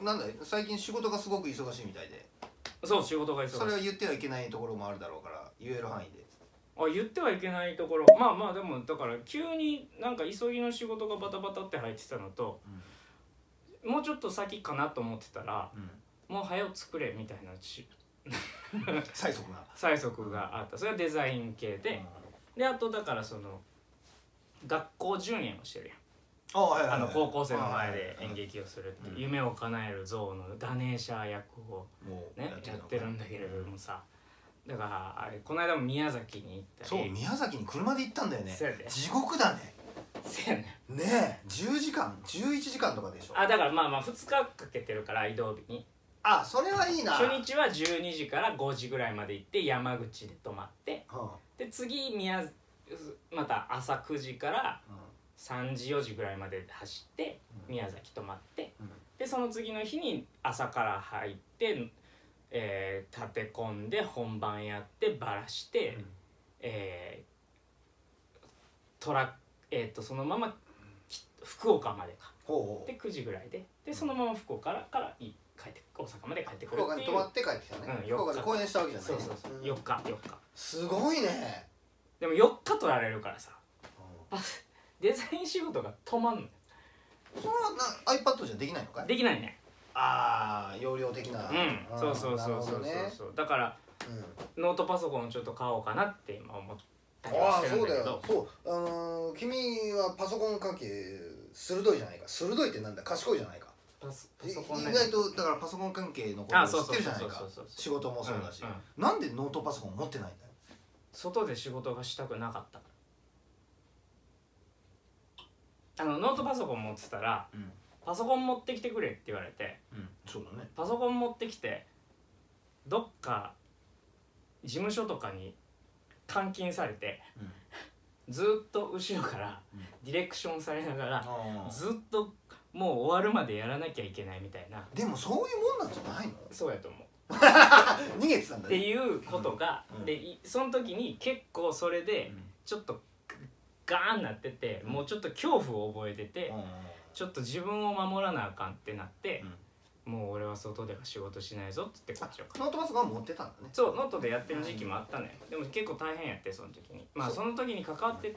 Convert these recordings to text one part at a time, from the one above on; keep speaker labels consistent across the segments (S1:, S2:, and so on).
S1: なんだ最近仕事がすごく忙しいみたいで
S2: そう仕事が忙しい
S1: それは言ってはいけないところもあるだろうから言える範囲で
S2: あ言ってはいけないところまあまあでもだから急になんか急ぎの仕事がバタバタって入ってたのと、もうちょっと先かなと思ってたら
S1: うん
S2: もう早う作れみたいなし
S1: 催促な
S2: 催促があったそれはデザイン系で、であとだからその学校順延をしてるやん
S1: あはいはいはい
S2: あの高校生の前で演
S1: はい
S2: 劇をするっていう
S1: うん
S2: 夢を叶える像のガネーシャ役を
S1: もう
S2: ねやってるんだけれどもさだからあれこの間も宮崎に行った
S1: そ
S2: り
S1: う宮崎に車で行ったんだよね
S2: そうやで
S1: 地獄だね
S2: せやねん
S1: ねえ10時間11時間とかでしょ
S2: あだからまあまあ2日かけてるから移動日に
S1: あそれはいいな
S2: 初日は12時から5時ぐらいまで行って山口で泊まって
S1: うんうん
S2: で次宮また朝9時から3時4時ぐらいまで走って宮崎泊まって
S1: うん
S2: でその次の日に朝から入って、えー立て込んで本番やってバラして、えートラックえっ、とそのままき福岡までか
S1: ほうほう
S2: で9時ぐらいででそのまま福岡からからい帰って大阪まで帰ってくる
S1: 福岡
S2: って
S1: に
S2: いう
S1: 泊まって帰ってきた
S2: うん
S1: ね
S2: よっ
S1: 福岡で公演したわけじゃない
S2: そう
S1: ね
S2: そうそう
S1: うん
S2: 4日4日
S1: すごいね
S2: でも4日取られるからさデザイン仕事が止まんのよ
S1: それはな iPad じゃできないのかい
S2: できないね
S1: ああ容量的な
S2: うんそうそうそうそうそう
S1: なるほ
S2: そうだから
S1: どねうん
S2: ノートパソコンをちょっと買おうかなって今思ったりは
S1: あ
S2: し
S1: あ
S2: てる
S1: そ
S2: ん
S1: う
S2: だ
S1: だ
S2: け
S1: よ
S2: ど
S1: そうあのー君はパソコン関係鋭いじゃないか鋭いってなんだ賢いじゃないか
S2: パソパ
S1: い意
S2: ソコンね
S1: 外とだからパソコン関係のこ
S2: あ
S1: と
S2: そ
S1: を
S2: う
S1: 知っ
S2: そう
S1: て
S2: そ
S1: るじゃ
S2: う
S1: ない
S2: そう
S1: か
S2: そうそう
S1: 仕事もそうだし
S2: んん
S1: なんでノートパソコン持ってないんだよ
S2: 外で仕事がしたくなかったあのノートパソコン持ってたら
S1: うん
S2: パソコン持ってきてくれって言われて
S1: そうだね
S2: パソコン持ってきてどっか事務所とかに監禁されてずーっと後ろから
S1: うん
S2: ディレクションされながら
S1: あ
S2: ずっともう終わるまでやらなきゃいけないみたいな
S1: でもそういうもんなんじゃないの
S2: そうやと思う
S1: 逃げてたん
S2: っ
S1: だ
S2: て
S1: ね
S2: いうことが、
S1: うん
S2: でいその時に結構それでちょっとガーンなっててもうちょっと恐怖を覚えてて、
S1: うんうん
S2: ちょっと自分を守らなあかんってなって、もう俺は外では仕事しないぞっつってこ
S1: あ
S2: っちを
S1: ノートパソコンは持ってたんだね
S2: そうノートでやってる時期もあったね、でも結構大変やってその時にまあ
S1: そ
S2: その時に関わってる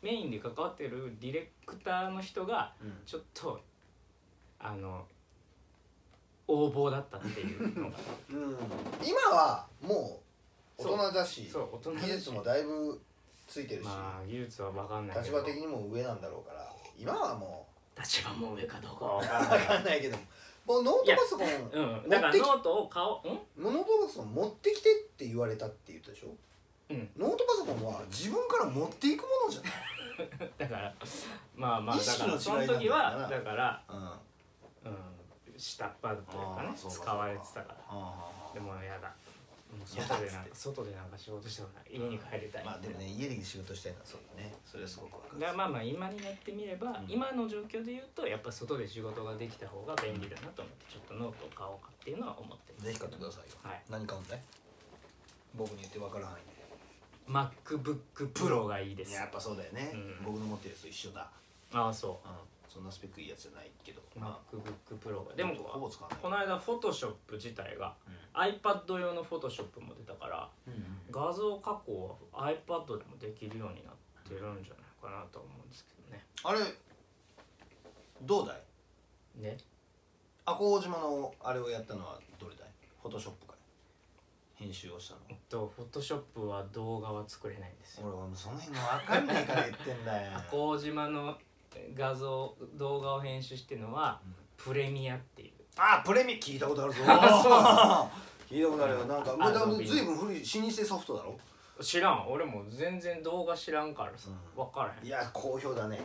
S2: メインで関わってるディレクターの人がちょっとあの横暴だったっていうのが
S1: うん今はもう大人だし
S2: そう大人だし
S1: 技術もだいぶついてるし
S2: まあ技術は分かんないけ
S1: 立
S2: ど
S1: 場的にも上なんだろうから今はも
S2: 立場も上かどうかは分か
S1: う
S2: ら
S1: わ
S2: ない
S1: かんないけどもうノートパソコン
S2: うん、だ
S1: 持
S2: から
S1: って
S2: ノ
S1: き
S2: ートを買おう、ん
S1: ノートパソコン持ってきてって言われたって言ったでしょ
S2: うん
S1: ノートパソコンは自分から持っていくものじゃない
S2: だからまあまあ
S1: 意
S2: だ
S1: 識
S2: か
S1: の
S2: らその
S1: 違いなんだよな
S2: 時はだから、
S1: うんあ
S2: うん、下っ端というかね
S1: あーそうか
S2: 使われてたから
S1: あ
S2: でもやだもう
S1: やだっ
S2: 外
S1: つっ
S2: で
S1: て
S2: なんか外でなんか仕事してもない家に帰りたい
S1: まあでもね家で仕事したいのはそうだねそれはすごくわか
S2: だから
S1: る
S2: まあまあ今になってみれば、
S1: うん
S2: 今の状況で言うとやっぱ外で仕事ができた方が便利だなと思ってちょっとノートを買おうかっていうのは思ってます
S1: ぜひ買ってくださいよ
S2: はい
S1: 何買うんだい僕に言ってわからないん
S2: MacBookPro がいいで
S1: ですやっぱそうだよね
S2: うん
S1: 僕の持ってるやつと一緒だ
S2: ああそ
S1: うんそんなスペックいいやつじゃないけど
S2: う
S1: ま
S2: MacBookPro が
S1: あ
S2: でも
S1: ほぼ使わない
S2: この間 Photoshop 自体が
S1: うん
S2: iPad 用の Photoshop も出たから
S1: うん
S2: 画像加工は iPad でもできるようになってるんじゃないかなと思うんですけどね
S1: あれどうだい
S2: ね
S1: 赤穂島のあれをやったのはどれだいフォトショップかい編集をしたの
S2: えっと Photoshop は動画は作れないんですよ
S1: 俺はもうその辺が分かんないから言ってんだよ
S2: 幸島の画像動画を編集してるのは
S1: うん
S2: プレミアっていう
S1: あプレミ聞いたことあるぞ 聞いたことあるよなんかまあだぶ
S2: Adobe
S1: ずいぶん古い老舗ソフトだろ
S2: 知らん俺も全然動画知らんからさ
S1: うん
S2: 分からへ
S1: い
S2: ん
S1: や好評だね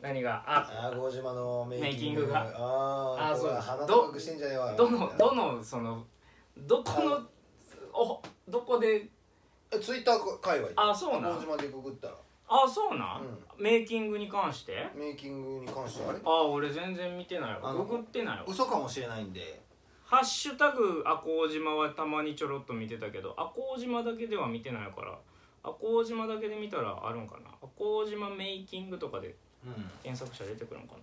S2: 何があ
S1: 赤穂島のメイキング
S2: メイ
S1: あ
S2: あ
S1: あ
S2: ー
S1: そう
S2: そう
S1: 鼻高くしてんじゃねえわ
S2: どのどのそのどこ
S1: あ
S2: のおどこで
S1: えツイッター界隈
S2: あそうな
S1: 赤穂
S2: ん
S1: 島でググったら
S2: あそうなん、
S1: う
S2: メイキングに関して
S1: メイキングに関してはあれ
S2: あ俺全然見てない
S1: あ
S2: わ
S1: の
S2: ググってないわ
S1: 嘘かもしれないんで
S2: ハッシュタグ赤穂島はたまにちょろっと見てたけど赤穂島だけでは見てないから赤穂島だけで見たらあるんかな赤穂島メイキングとかで
S1: うん
S2: 検索者出てくるんかな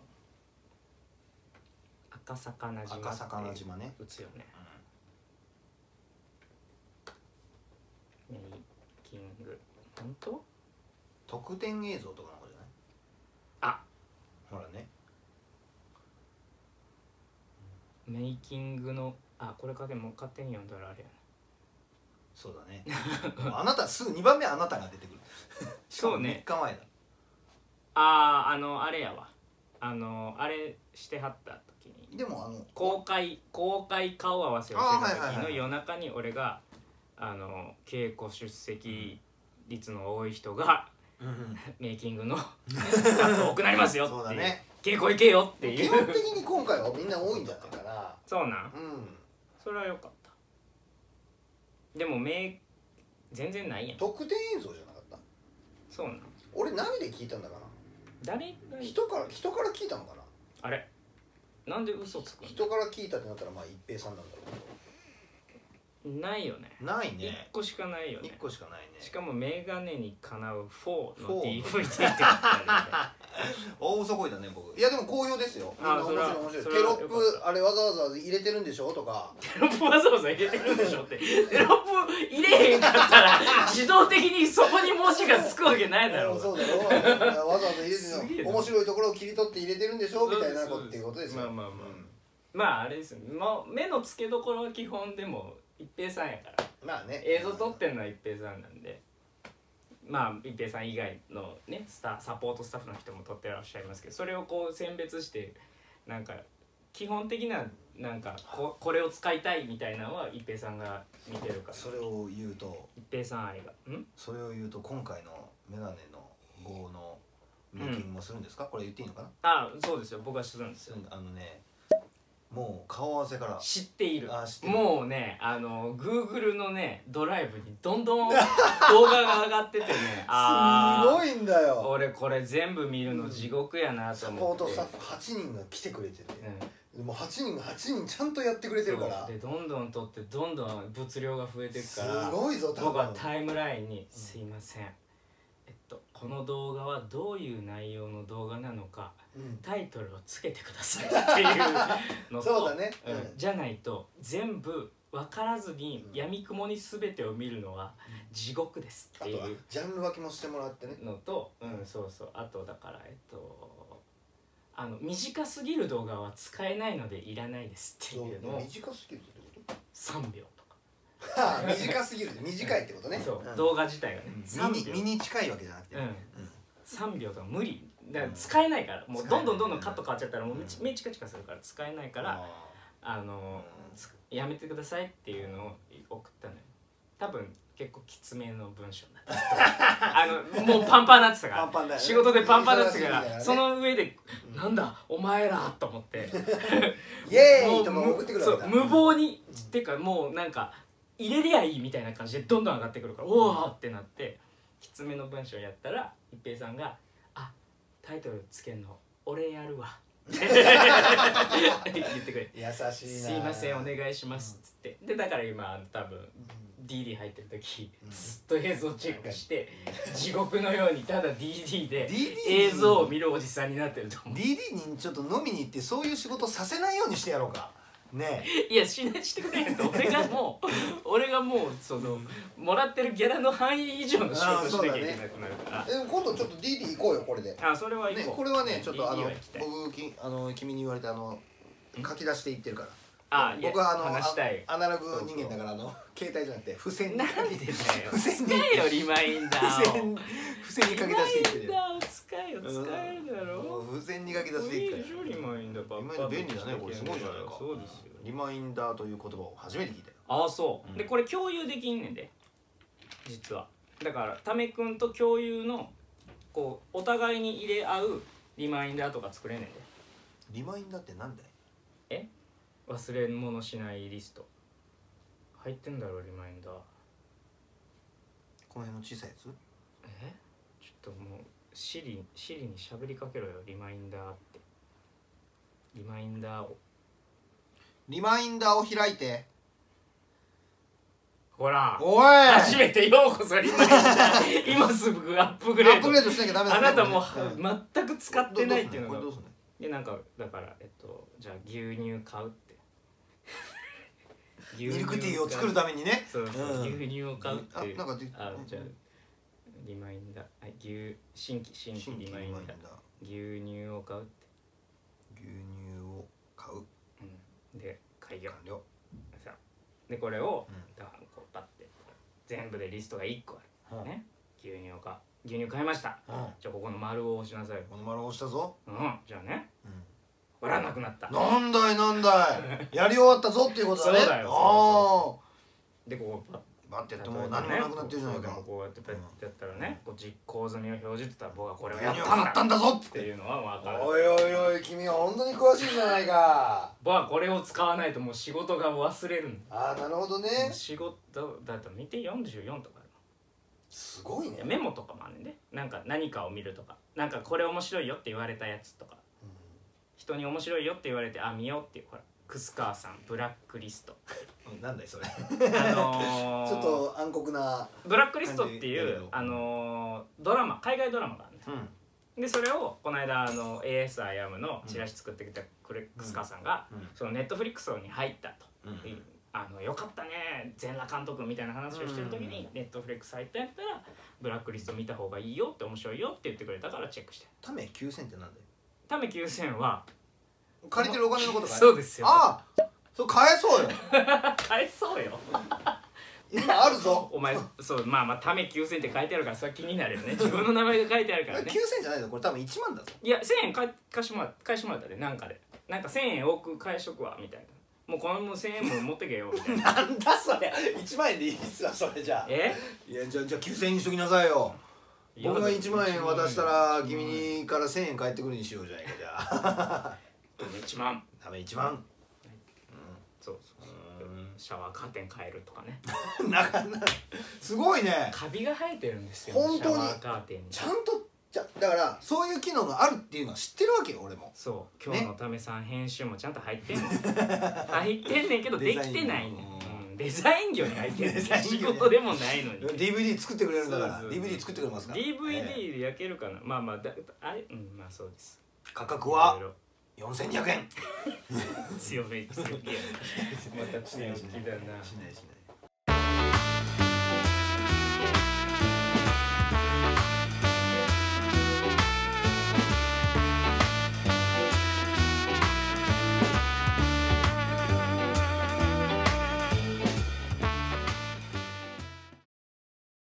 S2: 赤赤魚島
S1: 赤魚
S2: って
S1: 島ね、
S2: 打つよねメイキング本当
S1: 特典映像とかのことじゃない
S2: あ
S1: ほらね
S2: メイキングのあこれかでも勝手に読んだらあれやな
S1: そうだね もうあなたすぐ2番目あなたが出てく るしかも
S2: そうね
S1: 3日前だ
S2: あーあのあれやわあのあれしてはった時に
S1: でもあの
S2: 公開公開顔合わせをして
S1: あーは
S2: た
S1: い
S2: 時
S1: はいは
S2: の
S1: い
S2: 夜中に俺があの稽古出席率の多い人が
S1: うんうん
S2: メイキング のスタッフ多くなりますよ
S1: そう
S2: っ
S1: だ
S2: ていう、
S1: ね
S2: 稽古行けよってい
S1: 基
S2: う
S1: 本的に今回はみんな多いんじゃないかな
S2: そうなん
S1: うん
S2: それは良かったでも名全然ないやん
S1: 特典映像じゃなかった
S2: そうなん
S1: 俺何で聞いたんだか
S2: 誰が
S1: な人から人から聞いたのかな
S2: あれなんで嘘つく
S1: 人から聞いたってなったらまあ一平さんなんだろう
S2: のないよね
S1: けどない
S2: 一
S1: ね
S2: 個しかないよね
S1: 1個しかないね
S2: しかもメガネにかなう4
S1: フォ
S2: の
S1: ー
S2: DVD ってあ
S1: 大嘘こいたね僕いやでも好評ですよみん
S2: あ
S1: な面
S2: それは
S1: 白い面白い
S2: そ
S1: テ
S2: れは
S1: ロ
S2: よか
S1: ッ
S2: った
S1: プあれわざわざ入れてるんでしょとか
S2: るんでテロップわざわざ入れてるんでしょってテロップ入れへんかったら自動的にそこに文字がつくわけないだ
S1: う
S2: ろ
S1: ん
S2: う
S1: そうだろわざわざ入れ
S2: す
S1: て
S2: げえ
S1: る
S2: な
S1: の面白いところを切り取って入れてるんでしょみたいな
S2: そ
S1: こ
S2: う
S1: と
S2: です
S1: っていうことですよ
S2: まあまあまあまああれですよ、まあ、目の付けどころは基本でも一平さんやから
S1: うんまあね
S2: 映像撮ってんのは一平さんなんでまあ一平さん以外のねスタサポートスタッフの人も撮ってらっしゃいますけどそれをこう選別してなんか基本的ななんかここれを使いたいみたいなのは一平さんが見てるから
S1: それを言うと
S2: 一平さん愛がん
S1: それを言うと今回のメガネの号のメイキングもするんですか、これ言っていいのかな
S2: あそうですよ僕はするんですよ
S1: あのねもう顔合わせから
S2: 知っている
S1: あ知ってる
S2: もうねあの Google のねドライブにどんどん 動画が上がっててねあ
S1: す
S2: ー
S1: ごいんだよ
S2: 俺これ全部見るの地獄やなと
S1: サ
S2: 思
S1: ポ
S2: っ
S1: ート
S2: て
S1: スタッフ8人が来てくれてて、
S2: うん
S1: でも8人が8人ちゃんとやってくれてるから
S2: そうでどんどん取ってどんどん物量が増えていく
S1: す
S2: から
S1: ごいぞ多
S2: 僕は
S1: 分
S2: タイムラインに「すいません、えっと、この動画はどういう内容の動画なのか
S1: うん
S2: タイトルをつけてください」っていうのと
S1: そうだね
S2: うん
S1: うん
S2: じゃないと全部分からずに
S1: うん
S2: やみくもに全てを見るのは
S1: う
S2: 地獄ですっ
S1: あ
S2: て
S1: とは
S2: いう
S1: ジャンル分けもしてもらってね
S2: のと、うん、そうそうあとだからえっとあの短すぎる動画は使えないのでいらないですっていうのを
S1: 短すぎるってこ
S2: 3秒とか。
S1: と はあ短すぎるって短いってことね
S2: そう、
S1: ん
S2: 動画自体がね
S1: うん
S2: 3
S1: 身に身
S2: 秒
S1: に近いわけじゃなくて
S2: う
S1: ね
S2: ん3秒とか無理だから使えないからもう
S1: 使え
S2: ど
S1: なんい
S2: どんどんどんカット変わっちゃったらも
S1: う
S2: う
S1: ん
S2: 目チカチカするから使えないから
S1: あ
S2: あ
S1: ー
S2: のつやめてくださいっていうのを送ったのよ多分結構きつめの文章だった あのもうパンパンなってた
S1: パン
S2: か
S1: パンだよ
S2: ら
S1: ね
S2: 仕事でパンパンなって
S1: 忙し
S2: た
S1: い
S2: か
S1: んだよ
S2: ら
S1: ね
S2: その上で
S1: うん
S2: なんだお前らと思って
S1: イエーイとか
S2: もう
S1: 送ってくる
S2: そ
S1: わけ
S2: う
S1: だ
S2: 無謀にっていうかもうなんか入れりゃいいみたいな感じでどんどん上がってくるからおおってなってきつめの文章やったら一平さんが「あタイトルつけんの俺や るわ」って言ってくれ
S1: 優しいな
S2: 「すいませんお願いします」っつってでだから今多分
S1: うん
S2: DD 入ってる時
S1: うん
S2: ずっと映像チェックして地獄のようにただ DD で
S1: DD
S2: 映像を見るおじさんになってると思う
S1: DD にちょっと飲みに行ってそういう仕事させないようにしてやろうかねえ
S2: いや信頼してくれへんと俺がも う俺がもうそのもらってるギャラの範囲以上の仕事しなきゃいけなくなるから
S1: えでも今度ちょっと DD 行こうよこれで、ね、
S2: あそれは行こう
S1: これはねちょっとあ
S2: いい
S1: の
S2: わ行きたい
S1: 僕きあの君に言われたあの書き出していってるから
S2: あいや
S1: 僕はあの
S2: 話したい
S1: あアナログ人間だからあの携帯じゃなくて付箋に
S2: なんでだよ
S1: 付箋に
S2: 使えよリマインダ
S1: 付
S2: ーを
S1: 箋付箋に書き出していってる
S2: リマインダーを使えよ使えるだろ
S1: うん付箋に書き出して
S2: い
S1: い
S2: い
S1: くから
S2: でしょリマインダーばっ
S1: リマイン
S2: か
S1: ダー便利だねこれすごいじゃないか
S2: そうですよ
S1: リマインダーという言葉を初めて聞いたよ
S2: ああそう、
S1: うん
S2: でこれ共有できんねんで実はだからタメ君と共有のこうお互いに入れ合うリマインダーとか作れんねんで
S1: リマインダーってなんだい
S2: 忘れ物しないリスト入ってんだろリマインダー
S1: この辺の小さいやつ
S2: えちょっともうシリシリに喋りかけろよリマインダーってリマインダーを
S1: リマインダーを開いて
S2: ほら
S1: おいア
S2: 初めてようこそリマインダー今すぐアップグレー
S1: ップ
S2: ド
S1: グレードしなきゃダメだ
S2: あなたも
S1: うん
S2: う全く使ってないっていうの
S1: ど
S2: が
S1: どうすんのこ
S2: でなんかだからえっとじゃあ牛乳買うって
S1: ミルクティーを作るためにね
S2: そうそう、
S1: うん
S2: 牛乳を買うっていう
S1: あなんかで
S2: あ
S1: うん
S2: じゃあリマインダーあ牛新規新
S1: 新規
S2: 規リ
S1: リ
S2: マ
S1: マ
S2: イ
S1: イ
S2: ン
S1: ン
S2: ダー
S1: ダー
S2: 牛乳を買うって、
S1: 牛乳を買う
S2: うん、で買いよ
S1: 完了
S2: うさでこれを
S1: うん
S2: だからこうパッて全部でリストが1個ある
S1: うん
S2: ね牛乳を買う牛乳買いました
S1: うん
S2: じゃあここの丸を押しなさい
S1: この丸を押したぞ
S2: うんじゃあね
S1: うん
S2: ほらなくなった
S1: なんだいなんだ いやり終わったぞっていうことだね
S2: そうだよ
S1: あ
S2: でここパッ
S1: あバッてやってもう何もなくなってるじゃないか
S2: こうこうやってペッてやったらね、こう実行済みを表示ってたら僕はこれを
S1: 牛
S2: やっ
S1: 乳
S2: たん
S1: 買
S2: だ
S1: ったんだぞっ
S2: っ
S1: て
S2: ていうのは分かる
S1: おいおいおい君は本当に詳しいじゃないか
S2: 僕はこれを使わないともう仕事が忘れるんだ
S1: ああなるほどね
S2: 仕事だと見て44とかある
S1: すごいね
S2: メモとかもあるんで、ね、なんか何かを見るとかなんかこれ面白いよって言われたやつとか人に面白いよって言われてあ見ようっていうほらクスカーさんブラックリスト
S1: うんなんだいそれ
S2: あの ー、
S1: ちょっと暗黒な
S2: ブラックリストってい
S1: 感じだ
S2: う
S1: けど
S2: あのードラマ海外ドラマがあるんです
S1: うん
S2: でそれをこの間あの AS アヤムのチラシ作ってきたクレックスカーさんが、
S1: うん
S2: そのネットフリックスに入ったと、
S1: うん
S2: いあのよかったね全裸監督みたいな話をしてる時に、ネットフリックス入ったんやったらブラックリスト見た方がいいよって面白いよって言ってくれたからチェックして
S1: ため9000ってなんだよ
S2: ため9000は
S1: 借りてるお金のことかい
S2: そうですよ
S1: ああそう返そうよ
S2: 返そうよ
S1: 今あるぞ
S2: お前そうまあまあため9000って書いてあるからそれ気になるよね自分の名前が書いてあるから
S1: 9000
S2: ね
S1: じゃないぞこれ多分1万だぞ
S2: いや1000円返返してもら返してもらったでなんかでなんか1000円多く返しとくわみたいなもうこの1000円も持ってけよみたい な
S1: なんだそれ1万円でいいっすわそれじゃあ
S2: え
S1: いやじゃあじゃあ9000円にしときなさいよ僕が1万円渡したら君にから1000円返ってくるにしようじゃないかじゃあ
S2: 1万
S1: ダメ1万
S2: そうそうそ
S1: う
S2: うシャワーカーテン変えるとかね
S1: ーんなかなかすごいね
S2: カビが生えてるんですよ
S1: 本当に
S2: シャワーカーテンに
S1: ちゃんとじゃだからそういう機能があるっていうのは知ってるわけよ俺も
S2: そう今日のためさん編集もちゃんと入っ てんねん入ってんねんけどできてないねんうんデザイン業に入ってんね
S1: デ
S2: ん
S1: ザイン業
S2: 仕事でもないのに
S1: DVD 作ってくれるんだから
S2: そうそうそう
S1: DVD 作ってくれますから
S2: DVD で焼けるかなまあまあだあれうんまあそうです
S1: 価格はい
S2: ろいろ
S1: 4200円
S2: 強め強気やまた強気だな
S1: しないしない